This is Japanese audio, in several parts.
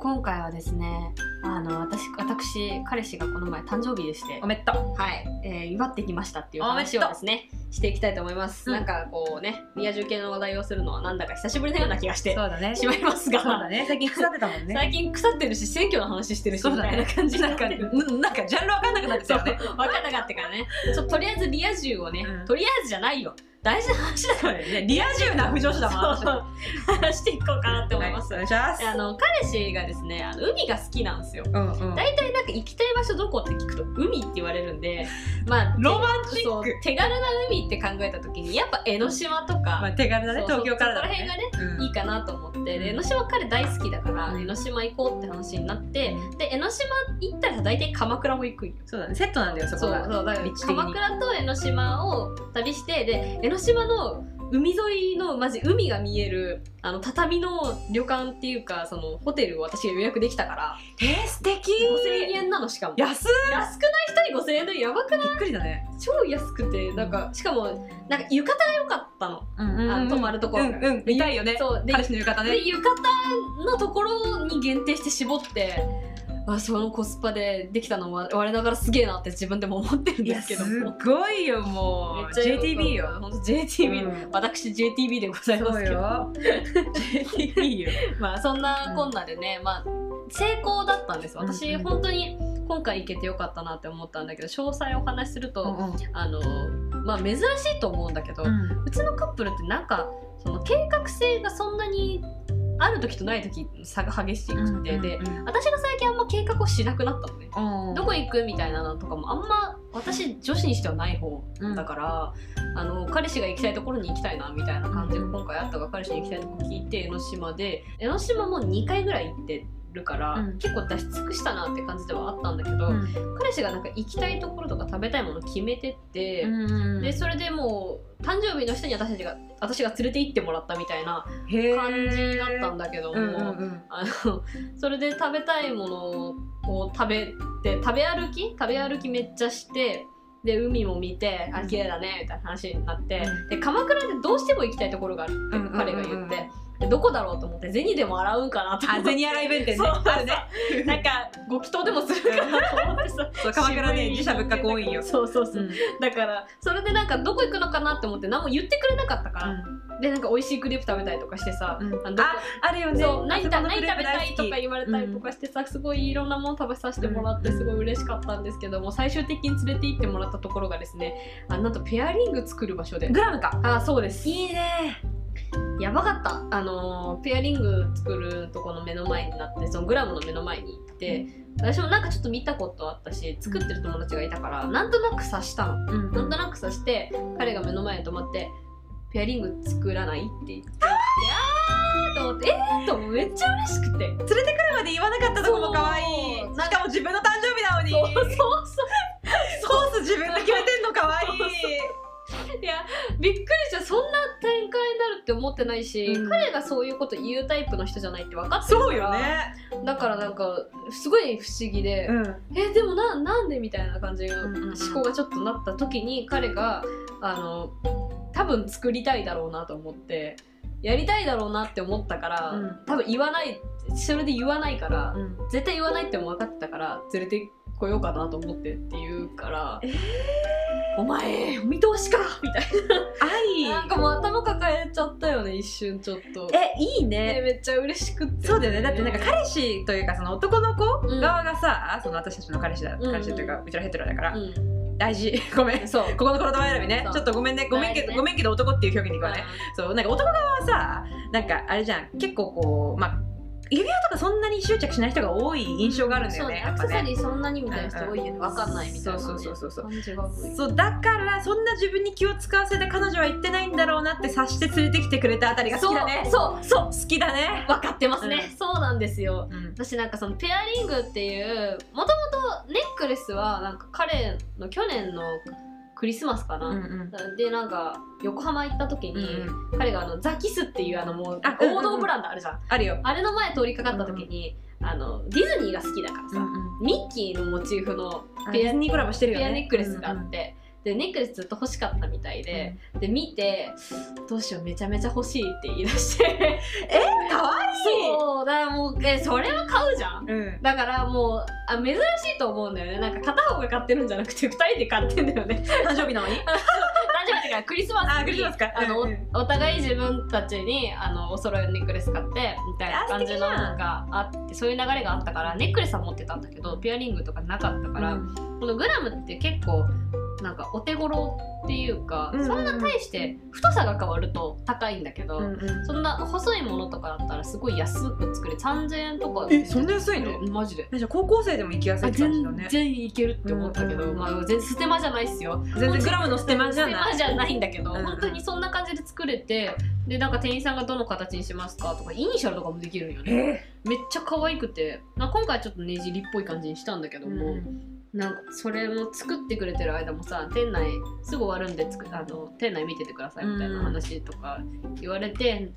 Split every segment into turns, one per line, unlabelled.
今回はですねあの私私彼氏がこの前誕生日でして
おめっとう
はい、えー祝ってきましたっていう話をですねしていきたいと思います、
うん
なんかこうねリア充系の話題をするのはなんだか久しぶりのような気がして
そうだね
しまいます
そうだ
が、
ね最近腐ってたもんね
最近腐ってるし選挙の話してるし
そう
み
だ
たい
ね
な感じ
な
なんん
か
か、
ねなんかジャンルわかんなくなってき
そ
た
う
よ
分
ね
かんなかったからねちょっととりあえずリア充をね、
うん
とりあえずじゃないよ大事な話だからね
リア充な不女子だもん
そう話していこうかなって思います、
はいお願いします
あの彼氏がですねあの海が好きなんですよ
うんうん
大体なんか行きたい場所どこって聞くと海って言われるん でまあ
ロマンチ
そ
ッ
う
ク
手軽な海って考えた時にやっぱ江ノ島とか、
まあ手軽だね
そう
東京からだもん
そこら
ねうん
いいかなと思って、で江ノ島彼大好きだから、江ノ島行こうって話になってで江ノ島行ったら大体鎌倉も行くんよ
そうだねセットなんだよそ
そ
こ
う
が
そうだから
道的に
鎌倉と江ノ島を旅してで江ノ島の海沿いのマジ海が見えるあの畳の旅館っていうかそのホテルを私が予約できたから
えー素敵
5000円なのしかも
安っ
安くない人に5000円でやばくない
びっくりだね
超安くてなんかしかもなんか浴衣良かったのあの泊まるところ
うんうん見たいよね
そうで
彼氏の浴衣ね
で浴衣のところに限定して絞ってあそのコスパでできたのは我ながらすげえなって自分でも思ってるん
い
で
や
すけ
す
ども
ごいよもう JTB よ
本当 JTB、
うん
私 JTB でございま
そ
す
う
けど
よ JTB よ
まあそんなこんなでね、まあ成功だったんです私、
うんうん
本当に今回行けてよかったなって思ったんだけど詳細をお話しすると、あのまあ珍しいと思うんだけど、う
うん
ちのカップルってなんかその計画性がそんなにある時とない時差が激しくて、で私が最近あんま計画をしなくなったのね、どこ行くみたいなのとかもあんま私女子にしてはない方だから、あの彼氏が行きたいところに行きたいなみたいな感じが今回あったが彼氏に行きたいとこ聞いて江ノ島で江ノ島も2回ぐらい行ってるから、
うん
結構出し尽くしたなって感じではあったんだけど、彼氏がなんか行きたいところとか食べたいもの決めてって、でそれでもう誕生日の人に私たちが私が連れて行ってもらったみたいな感じだったんだけども、あのそれで食べたいものを食べて食べ歩き食べ歩きめっちゃしてで海も見てあ綺麗だねみたいな話になって、
うん
で鎌倉でどうしても行きたいところがあるって彼が言って、
うんうんうんうん
でどこだろうと思って銭でも洗うんかなと思
あ
って。
銭洗い弁 天
そ
ね
う
あるね
なんかご祈祷でもするかなと思ってさ
そう 鎌倉ね自社物価多いん よ
そうそうそう、だからそれでなんかどこ行くのかなって思って何も言ってくれなかったから、でなんか美味しいクレープ食べたいとかしてさ、
うん
あのどこ
ああるよね
そう何食べ
あそ
何食べ
このグループ
た
大
い
好き
とか言われたりとかしてさ、すごいいろんなもの食べさせてもらって
うん
すごい嬉しかったんですけども最終的に連れて行ってもらったところがですねあなんとペアリング作る場所で
グラムか
あそうです
いいね
やばかったあのーペアリング作るとこの目の前になってそのグラムの目の前に行って私もなんかちょっと見たことあったし作ってる友達がいたからなんとなく察したの
うん
なんとなくさして彼が目の前に止まって「ペアリング作らない?」って言って「あー!」と思って「えー!」と思ってめっちゃ嬉しくて
連れてくるまで言わなかったとこも可愛い
そう
しかも自分の誕生日なのに
そうそうそ
コース自分で決めてんの可愛い
いやびっくりしたそんな展開になるって思ってないし、
うん
彼がそういうこと言うタイプの人じゃないって分かってるから
そうよね
だからなんかすごい不思議で、
ん
えでもななんでみたいな感じの
うんうんうん
思考がちょっとなった時に彼があの多分作りたいだろうなと思ってやりたいだろうなって思ったから、
うん
多分言わないそれで言わないから、絶対言わないっても分かってたから連れてこようかなと思ってって言うから「お前お見通しか!」みたいななん
愛
かもう頭抱えちゃったよね一瞬ちょっと。
えいい
ね
ね
めっちゃ嬉しくって、
そうだよねだってなんか彼氏というかその男の子
うん
側がさその私たちの彼氏だ
んうん
彼氏というかうちらヘテロだから
う
大事ごめん
ん、そう
ここの言葉選びね
そう
ちょっとごめんねごめん
大事
けど
ね
ごめんけど男っていう表現でいくわねそうなんか男側はさなんかあれじゃん結構こうまあ指輪とかそんなに執着しない人が多い印象があるんだよね
そうア
やっ
ク
ぱ
セサ
ね
リーそんなにみたいな人多いよね。わかんないみたいな。
そうそうそうそうそう
感じが多い。
そうだからそんな自分に気を使わせて彼女は言ってないんだろうなって察して連れてきてくれたあたりが好きだね
そうそう
好きだね
分かってますね
う。
そうなんですよ。
うん
私なんかそのペアリングっていうもともとネックレスはなんか彼の去年のクリスマスかな。
うん
でなんか横浜行った時
う
に、
ん
彼があのザキスっていうあのもう
あうんうんうん
王道ブランドあるじゃん、
あるよ
あれの前通りかかった時に、あのディズニーが好きだからさ、ミッキーのモチーフのペ
あ
ア
ディズニーコラボしてるよ
ペ
ね
アネックレスがあって、でネックレスずっと欲しかったみたいで、で見てどうしようめちゃめちゃ欲しいって言い出して
かわ
そうだからもうえそれは買うじゃん
いい、うん、
だからもうあ珍しいと思うんだよねなんか片方が買ってるんじゃなくて2人で買ってんだよ ね
誕生日なのに
誕生日っていうかクリスマスに
あクリスマスか
あの、
うんうん
おお互い自分たちにあのお揃いのネックレス買ってみたいな感じの
あ素敵じゃん
のがあってそういう流れがあったからネックレスは持ってたんだけどピアリングとかなかったから、
うん
このグラムって結構なんかお手頃っていうか、
うんうんうん
そんな対して太さが変わると高いんだけど、
うんうん
そんな細いものとかだったらすごい安く作れ3000円とか
えそんな安いの
マジで
えじゃあ高校生でも行きやす
あ
い感じだ
全
ね
然いけるって思ったけど、
うんうんうん
まあ、全然ステマじゃないっすよ
全然グラムのステマじゃない
ステマじゃないんだけど、
うん
本当にそんな感じで作れてでなんか店員さんがどの形にしますかとかイニシャルとかもできるんよね
え
めっちゃ可愛くてな今回ちょっとねじりっぽい感じにしたんだけども、なんかそれも作ってくれてる間もさ店内すぐ終わるんでつくあの店内見ててくださいみたいな話とか言われて、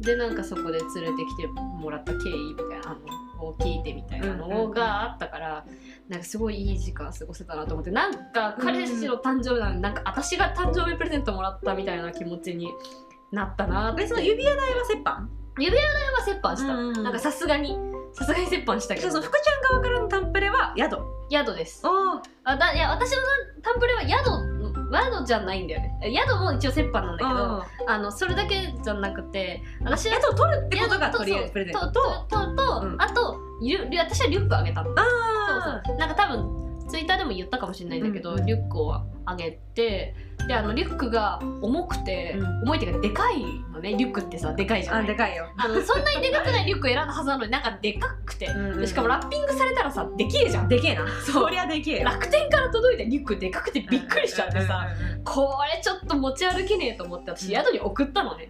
でなんかそこで連れてきてもらった経緯みたいなのを聞いてみたいな
うんうんう
の
ん
があったから、なんかすごいいい時間過ごせたなと思ってなんか彼氏の誕生日なのになんか私が誕生日プレゼントもらったみたいな気持ちになったなって
えその指輪代は折半
それは折半した、
うんうん
なんかさすがにさすがに折半したけ
じゃあそ
ど
の福ちゃん側からのタンプレは宿
宿です
お
あだいや私のタンプレは宿宿じゃないんだよね宿も一応折半なんだけど
お
あのそれだけじゃなくて私
宿を取るってことがとりあえずプレゼントと
ととと、
うん
あとリュリュ私はリュックあげたのそう
あ
そうなんか多分ツイッターでも言ったかもしれないんだけど、
うん
リュックをあげてであのリュックが重くて、
うん
重いっていうかでかいのねリュックってさでかいじゃ
あ
な
で
い
かいよ、
あのそんなにでかくないリュックを選んだはずなのになんかでかくて、でしかもラッピングされたらさできえじゃん
でけえなそりゃでけえよ
楽天から届いたリュックでかくてびっくりしちゃってさ、
うんうんうん
これちょっと持ち歩けねえと思って私
うん
宿に送ったのね、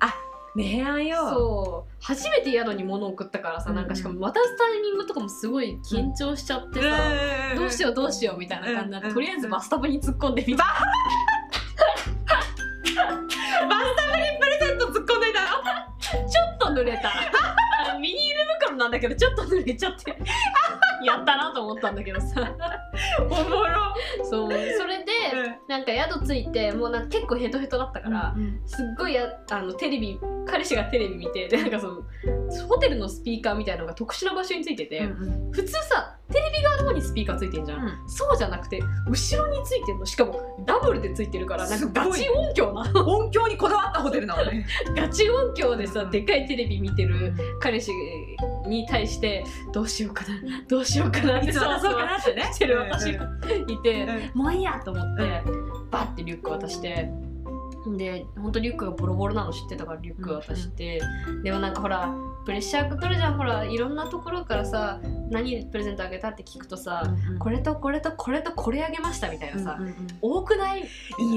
明暗よ
そう初めて宿に物を送ったからさ、なんかしかも渡すタイミングとかもすごい緊張しちゃってさ、どうしようどうしようみたいな感じになって、
うん
とりあえずバスタブに突っ込んでみた、
プレゼント突っ込んでいたの
ちょっと濡れたあのビニール袋なんだけどちょっと濡れちゃってやったなと思ったんだけどさ
おもろ
そうそれで、なんか宿着いてもうなんか結構ヘトヘトだったから、すっごいやあのテレビ彼氏がテレビ見てで なんかそのホテルのスピーカーみたいのが特殊な場所についてて、普通さテレビ側の方にスピーカーついてんじゃん、そうじゃなくて後ろについてんのしかもダブルでついてるからなんかガチ
す
音響な
音響にこだわったホテルなのね
ガチ音響でさ、
うん
でかいテレビ見てる彼氏に対してどうしようかなどうしようかなって
いつ渡そうかなってね
してる私がいて、
うん
もういいやと思って、バッてリュック渡してで本当リュックがボロボロなの知ってたからリュック渡して、でもなんかほらプレッシャーかかるじゃんほらいろんなところからさ何プレゼントあげたって聞くとさ、こ
れ
れとこれとこれとこれあげましたみたいなさ、
さ
多くない
い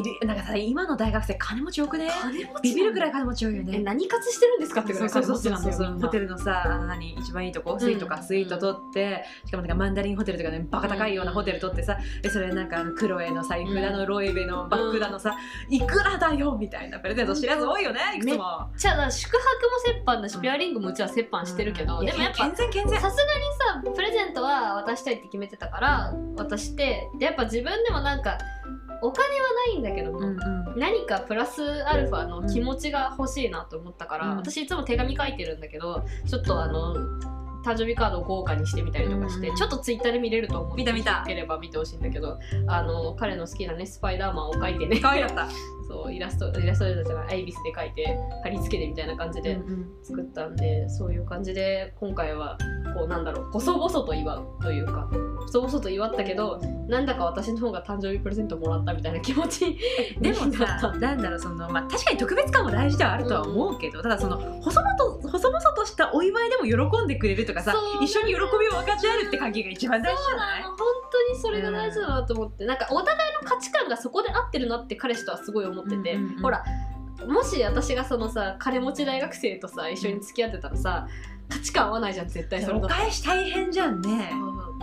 るなんかさ今の大学生金持ち多くね
金持ちなの
ビビるくらい金持ち多いよ
え
ね
何活してるんですかってぐ
そ
ら
う
い
そ
金
うそう
持ち
そう
なんだよみん
ホ
な
テルのさあの何一番いいとこスイート
う
か
ん
スイート取って、しかもなんかマンダリンホテルとかねバカ高いようなホテル取ってさ、でそれなんかあのクロエの財布だの、ロイベのバッグだのさ、いくらだよみたいなプレゼント知らず多いよねいくつも、
じゃあ宿泊も折半だし、ペアリングもうちは折半してるけど、
うん
でもやっぱ
健全健全
さすがにさプレゼントは渡したいって決めてたから渡してでやっぱ自分でもなんかお金はないんだけども、何かプラスアルファの気持ちが欲しいなと思ったから、
うん
私いつも手紙書いてるんだけどちょっとあの誕生日カードを豪華にしてみたりとかして、
うん
ちょっとツイッターで見れると思う
見た見た
よければ見てほしいんだけどあの彼の好きなねスパイダーマンを書いてね
可愛かった、
そうイラストイラストレーターじゃないアイビスで書いて貼り付けてみたいな感じで作ったんで、そういう感じで今回はこうなんだろう細々と祝うというか細々と祝ったけどなんだか私の方が誕生日プレゼントもらったみたいな気持ち
でも
だった
さなんだろうその、まあ、確かに特別感も大事ではあるとは思うけど、ただその細々と細々としたお祝いでも喜んでくれるとかさ
そう
一緒に喜びを分かち合えるって関係が一番大事じゃない
本当にそれが大事だなと思って、なんかお互いの価値観がそこで合ってるなって彼氏とはすごい思ってて、
うんうんうん
ほらもし私がそのさ金持ち大学生とさ一緒に付き合ってたらさ価値観合わないじゃん絶対それ
お
だと
返し大変じゃんね。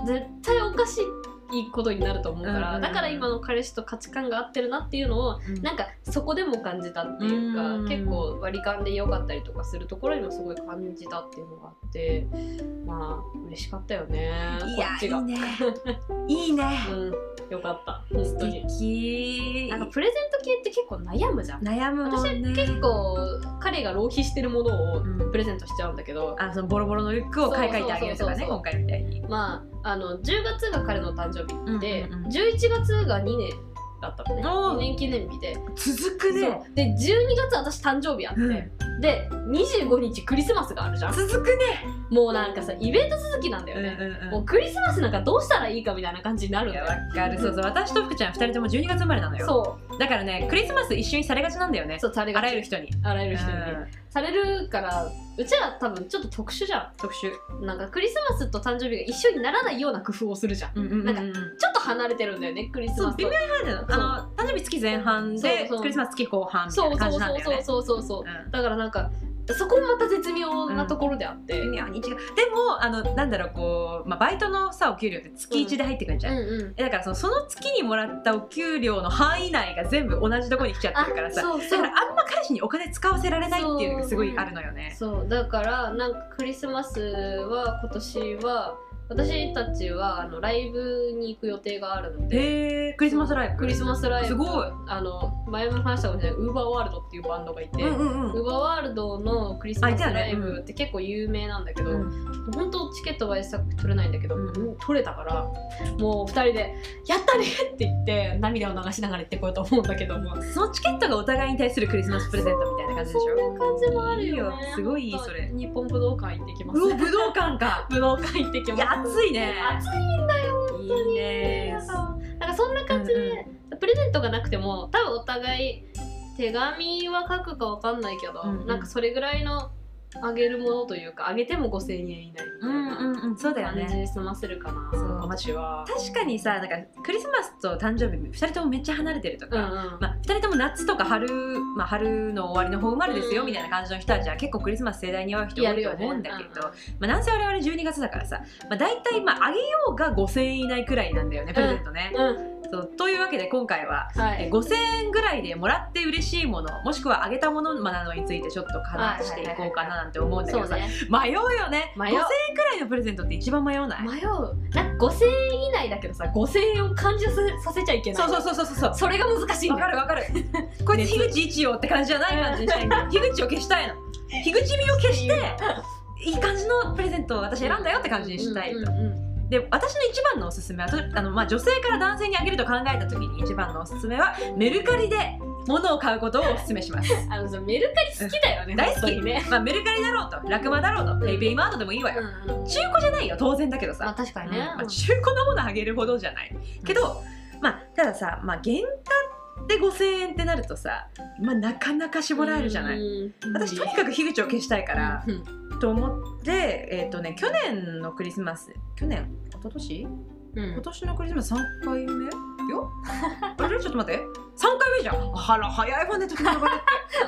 絶対おかしいことになると思うから、
うんうんうん
だから今の彼氏と価値観が合ってるなっていうのをなんかそこでも感じたっていうか、
うん
結構割り勘で良かったりとかするところにもすごい感じたっていうのがあってまあ嬉しかったよね
い
こ
や
っ
い
ちが
いね いいね
うんよかった本当
素
に
敵
なんかプレゼント系って結構悩むじゃん
悩むもんね
結構彼が浪費してるものを
うん
プレゼントしちゃうんだけど
あそのボロボロのリュックを買い替えてあげるとかね
そうそうそうそう
今回みたいに
まああの10月が彼の誕生日で、
うんうんうん
11月が2年だったのね
おう
2年記念日で
続くね
そうで12月私誕生日あって、で25日クリスマスがあるじゃん
続くね
もうなんかさイベント続きなんだよね、もうクリスマスなんかどうしたらいいかみたいな感じになるん
い
だ
や
よ
わかるそうそう私と福ちゃん2人とも12月生まれなのよ
そ
だからねクリスマス一緒にされがちなんだよね
うそうされ
あ
がち
らゆる人に
あらゆる人にね、
うん
されるからうちら多分ちょっと特殊じゃ
特集
んなんかクリスマスと誕生日が一緒にならないような工夫をするじゃん
うんうんうん
なんちょっと離れてるんだよねクリス
そ
マ
う
ス
微
と
妙に離れてるのあの誕生日月前半
そう
で
そう
クリスマス月後半みた
そ
いうな
そ
感
うそう
じなんだよね
そうそうそう、
う
うんだからなんかそこもまた絶妙なところであって、
微妙に違うでもあのなんだろうこう、まあ、バイトのさお給料って月1で入ってくるじゃん、
うんうん
えだからそのその月にもらったお給料の範囲内が全部同じとこに来ちゃってるからさ
そう
だ
そ
か
う
らあんま彼氏にお金使わせられないっていうのがすごいあるのよね。
そうだからなんかクリスマスは今年は私たちはあのライブに行く予定があるので
へえクリスマスライブ
クリスマスライブ
すごい
あの前も話したかもしれないウーバーワールドっていうバンドがいて、
うんうんう
ウー
ん
バーワールドのクリスマスライブって結構有名なんだけど、
う
本当チケットは一作取れないんだけど、
うん
うん取れたからもう2人で「やったね!」って言って涙を流しながら行ってこようと思うんだけども
そのチケットがお互いに対するクリスマスプレゼントみたいな感じでし
そう
ょ
いう感じもあるよね
いいよすごいいい
本当
それ
日本武道館行ってきます
うお武道館か
武道館行ってき
い
ます
や暑いね
暑いんだよ
いいね
なんかそんな感じで、プレゼントがなくても多分お互い手紙は書くかわかんないけど、
うんうん
なんかそれぐらいのあげるものというかあげても5000円以内みた
う
い
ん
な
うんうんそうだよ
感じ
ね
で済ませるかな、
そう
私は。
確かにさなんかクリスマスと誕生日2人ともめっちゃ離れてると
う
か、
んうん
まあ、2人とも夏とか春、まあ、春の終わりの方生まれですよ
うん
みたいな感じの人たちは結構クリスマス盛大に会う人多いと思うんだけど、まあ、なんせ我々12月だからさ、まあ、大体まああげようが5000円以内くらいなんだよねプレゼントね。
うんうん
そうというわけで今回は
は
え
い、
5000円ぐらいでもらって嬉しいものもしくはあげたものなどについてちょっと話していこうかななんて思うんだけ
そ
ど
う
さ
ね
迷うよね
迷う
5000円くらいのプレゼントって一番迷わない、
迷うなんか5000円以内だけどさ5000円を感じさせさせちゃいけない
そうそうそうそうそう
それが難しいん
わ
だ
か
よ
る わかるこいつ樋口一葉って感じじゃない感じにしたいんだよ樋口を消したいの樋口美を消して いい感じのプレゼントを私選んだよって感じにしたいと
うんうんうん
で私の一番のおすすめはとあの、まあ、女性から男性にあげると考えた時に一番のおすすめはメルカリで物を買うことをおすすめします
あのさメルカリ好きだよね、
大好
本当
き、
にね、
まあ、メルカリだろうとラクマだろうと、
ん
ペイペイマートでもいいわよ、
うんうん
中古じゃないよ当然だけどさ、
まあ確かにね、
まあ、中古のものあげるほどじゃないけど、まあたださ、まあ、原価で5,000円ってなるとさ、まあ、なかなか絞られるじゃない、
うん
私とにかく樋口を消したいから、
うん
と思ってえっ、とね去年のクリスマス去年一昨年
うん
今年のクリスマス3回目よあれちょっと待って3回目じゃんあら早いわね時の流れって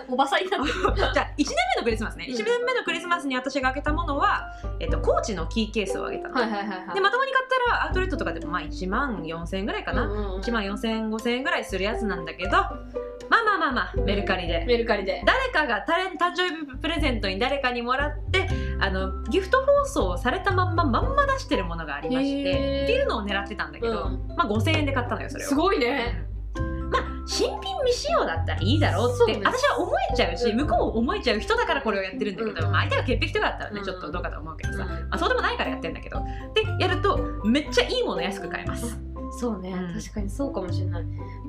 おばさんになってる
じゃあ1年目のクリスマスね
うん
1年目のクリスマスに私が開けたものは、えっと、コーチのキーケースをあげたの、
はいはいはいはい
でまともに買ったらアウトレットとかでもまあ1万4000円ぐらいかな、
うんうんうん
1万4000円5000円ぐらいするやつなんだけどまあまあまあまあメルカリで
メルカリで
誰かが誰誕生日プレゼントに誰かにもらってあのギフト包装されたまんままんま出してるものがありまして
へー
っていうのを狙ってたんだけど、
うん
まあ5000円で買ったのよそれを。
すごいね
うんまあ新品未使用だったらいいだろうっ
そう
て
ね
私は思えちゃうし、
うん
向こうも思えちゃう人だからこれをやってるんだけど、
うん
まあ、相手が潔癖とかだったらね、
うん
ちょっとどうかと思うけどさ、
うん
まあ、そうでもないからやってんだけどでやるとめっちゃいいもの安く買 えます、
そうね、
うん
確かにそうかもしれない、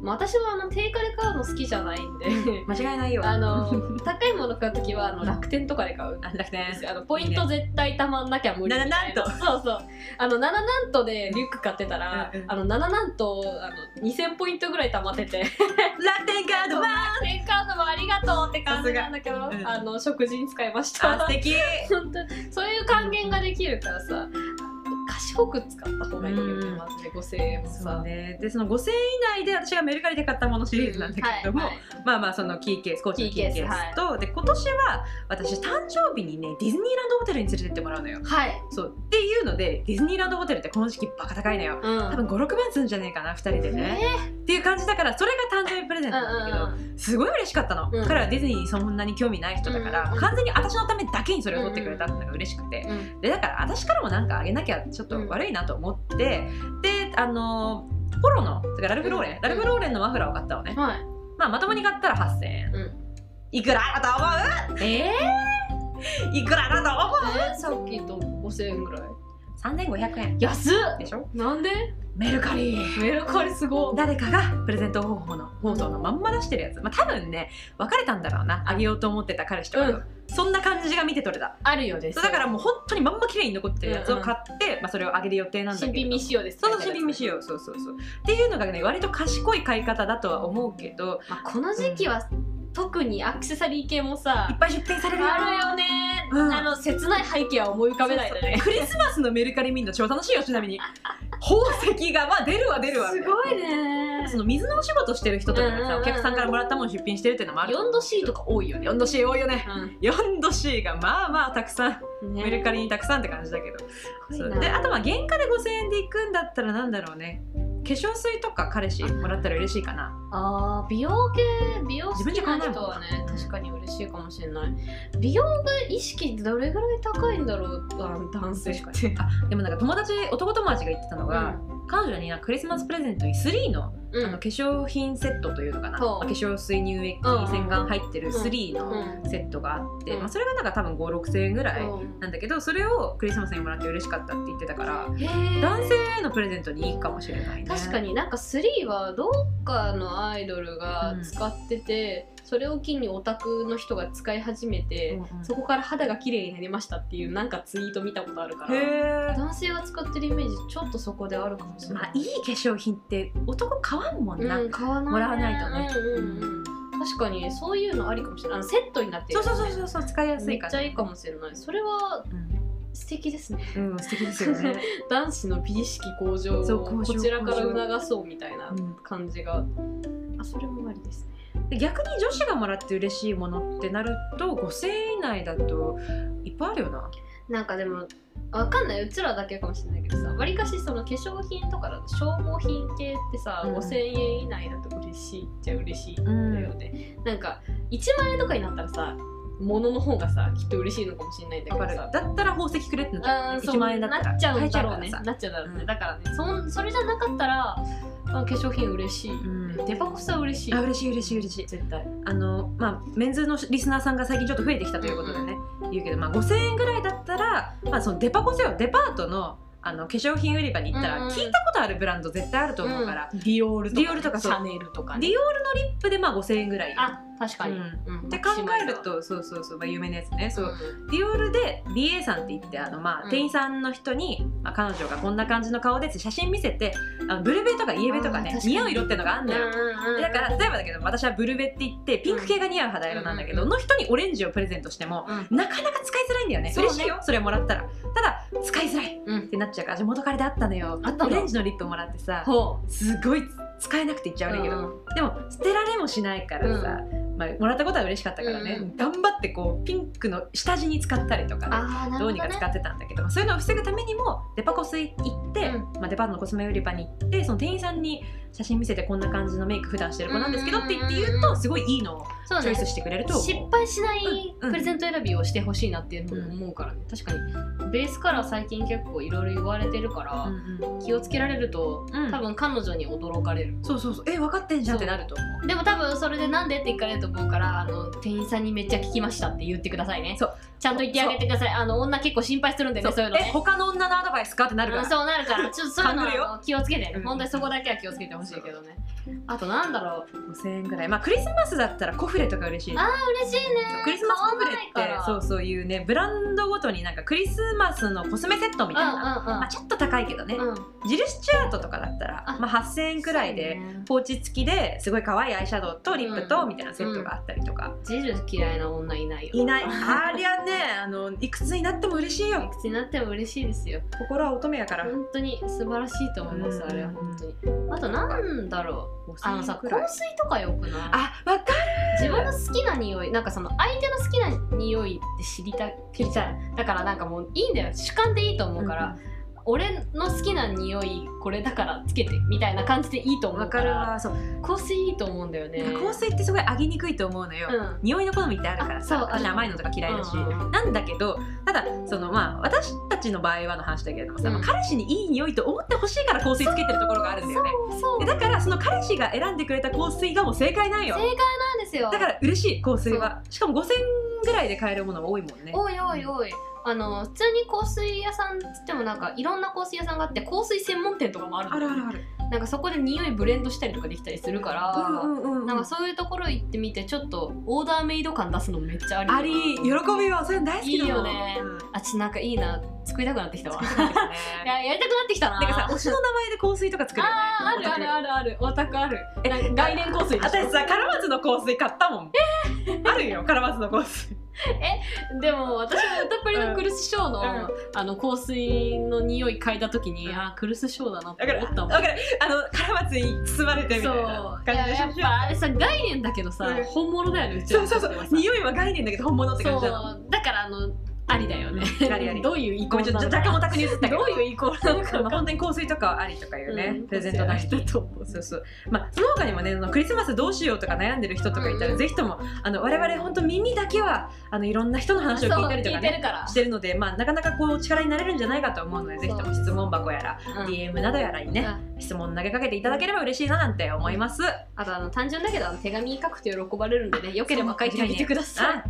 まあ、私はあの定価で買うの好きじゃないんで
間違いないよ
あ の高いもの買う時はあ
う
の
ん
楽天とかで買うんで
あ楽天
すよあのポイント絶対たまんなきゃ無理みたい
なななんと
そうそうあの7なんとでリュック買ってたら、
うんうん
あの7なんとあの2000ポイントぐらいたまってて
楽天カードは
「年カードもありがとう」って感じなんだけど、
さすがうん
あの食事に使いました
あ素敵
本当そういう還元ができるからさ賢食使った方がいいよね、
うん
マジで5000円も
そう
さ。
ね、でその5000円以内で私がメルカリで買ったものシリーズなんだけども、
はいはい
まあまあそのキーケースコーチのキーケ
キーケ
ー
ー
ス
ス
と、で今年は私誕生日にねディズニーランドホテルに連れてってもらうのよ
はい。
そうっていうのでディズニーランドホテルってこの時期バカ高いのよ
うん。
多分56万するんじゃねえかな2人でね、
え
っていう感じだからそれが誕生日プレゼ
ー
ントなんだけど、
うんうんうん
すごい嬉しかったの、
うん
彼はディズニーにそんなに興味ない人だから、
うん
完全に私のためだけにそれを取ってくれたのが嬉しくて、
うん
でだから私からもなんかあげなきゃちょっと悪いなと思って、であのポロのてかラルフローレン、
うん
ラルフローレンのマフラーを買ったのね、
はい。
まあ、まともに買ったら8000円、
うん
いくらだと
え
思ういくらだと思う
ー、さっきと5000円ぐらい。
3500円
安っ
でしょ
なんで
メルカリ
メルカリすごっ。
誰かがプレゼント方法の放送のまんま出してるやつ、まあ、多分ね別れたんだろうなあげようと思ってた彼氏とかと、
うん
そんな感じが見て取れた
あるよです。
そうだからもう本当にまんま綺麗に残ってるやつを買って、まあ、それをあげる予定なんだけ
新
ど
品未使用です。
そうそう新品未使用そうそうそうっていうのがね割と賢い買い方だとは思うけど
まあ、この時期は特にアクセサリー系も
いっ
さ、
ぱい出品されるよ
あるよね、
うん
あの切ない背景は思い浮かべないでね
クリスマスのメルカリ見るの超楽しいよちなみに宝石がまあ出るわ出るわ
すごいね
その水のお仕事してる人とかがさ、
うんうんうんうん
お客さんからもらったもの出品してるっていうのもあると思う
4°C とか多いよね
4°C 多いよね
う
4°C がまあまあたくさん
んね
メルカリにたくさんって感じだけど
すご
そう
いな
であとまあ原価で5000円でいくんだったらなんだろうね化粧水とか彼氏もらったら嬉しいかな
あー美容系美容好きな人は
自分じゃ買わない
ね
もん
確かに嬉しいかもしれない美容が意識どれぐらい高いんだろうあ男性って
でもなんか友達男友達が言ってたのが、彼女にはクリスマスプレゼントに3の,、
うん、う
あの
ん
化粧品セットというのかな、
そう
まあ化粧水乳液
うんうん
洗顔入ってる
うん
3
う
の
ん
セットがあって、
うん
まあ、それがなんか多分56000円ぐらい
うん
なんだけどそれをクリスマスにもらって嬉しかったって言ってたから
へー
男性へのプレゼントにいいかもしれないね
確かになんか3はどっかのアイドルが使ってて、それを機にオタクの人が使い始めて、
うんうん
そこから肌が綺麗になりましたっていうなんかツイート見たことあるか
へ
ら
え
男性が使ってるイメージちょっとそこであるかもしれ
ま
な
あ
い、
いい化粧品って男買わんもんな、
うん買わないね
もらわないとね、
うんうんうん確かにそういうのありかもしれないあのセットになって
そ
る
うそうそうそうそう使いやす
め
い
っ
から
ちゃいいかもしれないそれは素敵ですね
うん、うん、素敵ですよね、
男子の美意識向上
そう
を
向
こ
上
ちらから促そうみたいな
うん
感じが、あそれもありですね
で逆に女子がもらって嬉しいものってなると5000円以内だといっぱいあるよな
なんかでもわかんないうちらだけかもしれないけどさわりかしその化粧品とかだと消耗品系ってさ、
うん
5,000円以内だと嬉しいっちゃ嬉しいん
う
だよね、なんか1万円とかになったらさ物の方がさきっと嬉しいのかもしれないんだ
わ
け
か
ど
る
さ
だったら宝石くれってなっちゃう
あー
よね
そう
1万円だったら
なっちゃうんだろう
買
ね
えちゃうからさ
なっちゃうだろうね、
うん
だからねそんそれじゃなかったらあ化粧品嬉しい、
ん
デパコスは嬉しい
あ嬉しい嬉しい嬉しい
絶対
あのまあメンズのリスナーさんが最近ちょっと増えてきたということでね、言うけど、まあ、5000円ぐらいだったら、まあ、そのデパコスよデパートのあの化粧品売り場に行っ
う
た
ん
ら
うん
聞いたことあるブランド絶対あると思うから、
ディオール
と
と
か
か
ね
シ
シャ
ャネルとか
ディオールのリップでまあ5000円ぐらいっ
あ確かに、
うん
うん
て考えるとそうそうそう、まあ、有名なやつねそう
うん
ディオールで DA さんって言ってあの、ま
う
あ、
ん
店員さんの人に、まあ、彼女がこんな感じの顔ですって写真見せてあのブルベとかイエベとか
あー
ね
確かに
似合う色ってのがあんのよ。でだ
だ
から例えばだけど私はブルベって言ってピンク系が似合う肌色なんだけど、
うん
の人にオレンジをプレゼントしてもなかなか使いづらいんだよね
そうね
嬉しいよそれもらったらただ使いづらいっ
うん
てなっちゃうからじゃあ元彼であったのよ
あった
オ
の
レンジのリップもらってさ
ほ
すごい使えなくて言っちゃ
う
悪いけど、
うん
でも捨てられもしないからさ、まあ、もらったことは嬉しかったからね、
う
頑張ってこうピンクの下地に使ったりとかね、
あーなる
ど
ほ
う
ど
にか
ね
使ってたんだけど、まあそういうのを防ぐためにもデパコス行って、
うん
まあ、デパートのコスメ売り場に行ってその店員さんに写真見せてこんな感じのメイク普段してる子なんですけど
う
っ
ん
て言って言うとすごいいいのを
そう
チョイ
ね
スしてくれると思う
失敗しない
うんうん
プレゼント選びをしてほしいなっていうのも思うからね確かにベースカラー最近結構いろいろ言われてるから、
うんうん
気をつけられると、
うん
多分彼女に驚かれる
そうそうそうえ分かってんじゃんってなると思う
でも多分それでなんでって聞かれると思うからあの店員さんにめっちゃ聞きましたって言ってくださいね
そう
ちゃんと言ってあげてくださいあの女結構心配するんでねそういうの
え
ね
他の女のアドバイスかってなるか
う
ら
んそうなるからちょっとそういうの
勘ぐるよ
あの気をつけてね、
うん
本当にそこだけは気をつけてほしいけどねあとなんだろう
5000円ぐらいまあクリスマスだったらコフレとか嬉しい
あ嬉しいね
クリスマスコフレっ
買わないか
て
ら
そうそういうねブランドごとになんかクリスマスのコスメセットみたいな、まあ、ちょっと高いけどね、
うんうんうん、うん
ジルスチュアートとかだったら
あ
まあ、8000円くらいで、
そうね
ポーチ付きですごい可愛いアイシャドウとリップ
う
と
ん
みたいなセットがあったりとか、
ジル嫌いな女いないよ
いないありゃねねあのいくつになっても嬉しい
い
よ
くつになっても嬉しいですよ
心は乙女やから
本当に素晴らしいと思います、
うん
あれは本当にあとなんだろうあのさ香
5000くらい
水とかよくない
あわか
自分の好きな匂いなんかその相手の好きな匂いって知りた知りたいだからなんかもういいんだよ主観でいいと思う
る
から、俺の好きな匂いこれだからつけてみたいな感じでいいと思
わ
う
か
か
る
ら
わそう、
香水いいと思うんだよね
なんか香水ってすごい上げにくいと思うのよ、
うん
匂いの好みってあるから
あそ
さ
うある
私甘いのとか嫌いだし、
うんうんうん
なんだけどただそのまあ私たちの場合はの話だけれどもさ、
うん
まあ彼氏にいい匂いと思ってほしいから香水つけてるところがあるんだよね
そうそう
でだからその彼氏が選んでくれた香水がもう正解なん
正
よ
解なんですよ
だから嬉しい香水はしかも5000ぐらいで買えるものも多いもんね
おいおいおいあの普通に香水屋さんっつってもなんかいろんな香水屋さんがあって香水専門店とかもあるの
あるあるある
なんかそこで匂いブレンドしたりとかできたりするから、
うんうんうんうん
なんかそういうところ行ってみてちょっとオーダーメイド感出すのめっちゃあり
あり喜びはそういうの大好きだもん
いいよね
うん
あちなんかいいな作りたくなってき たわい
な
ややりたくなってきたなん
かさ推しの名前で香水とか作るよね
あーあるあるあるあるオタクある
え
なんか概念香水でし
私さカラマツの香水買っ たもんあるよカラマツの香水
ょでも私も歌プリのクルスショーの,、
うん
あの香水の匂い嗅いだ時に、
うん
あークルスショーだなっ
だ
て
から
思ったもん
だからあのカラマツに包まれてみ
そ
た
う
いない感
や
じでし
やっぱあれさ概念だけどさ、
うん
本物だよねうち
そ
ら
う
に
そ
とっ
う
て
そ
は
う
さ
匂いは概念だけど本物って感じだもん
そうだからあのありだよね
うんありあり
どういうイコ
ごめ
ー
んち
ル
ょ
な
っと
の
若干オタクに移ったけど
どういうイコールなのか
まあ
な
本当に香水とかありとかいうね、
うん
プレゼントな人とそうそうまあその他にもねあのクリスマスどうしようとか悩んでる人とかい
う
た
ん
ら、
うん
ぜひともあの我々本当耳だけはあのいろんな人の話を聞いたりと
そう聞いて
かね
るから
してるので、まあ、なかなかこう力になれるんじゃないかと思うのでぜひとも質問箱やら
うん
DM などやらにね
うん
質問投げかけていただければ嬉しいななんて思います。
あとあの単純だけどあの手紙書くと喜ばれるんでねよければ書いてあげてください
あ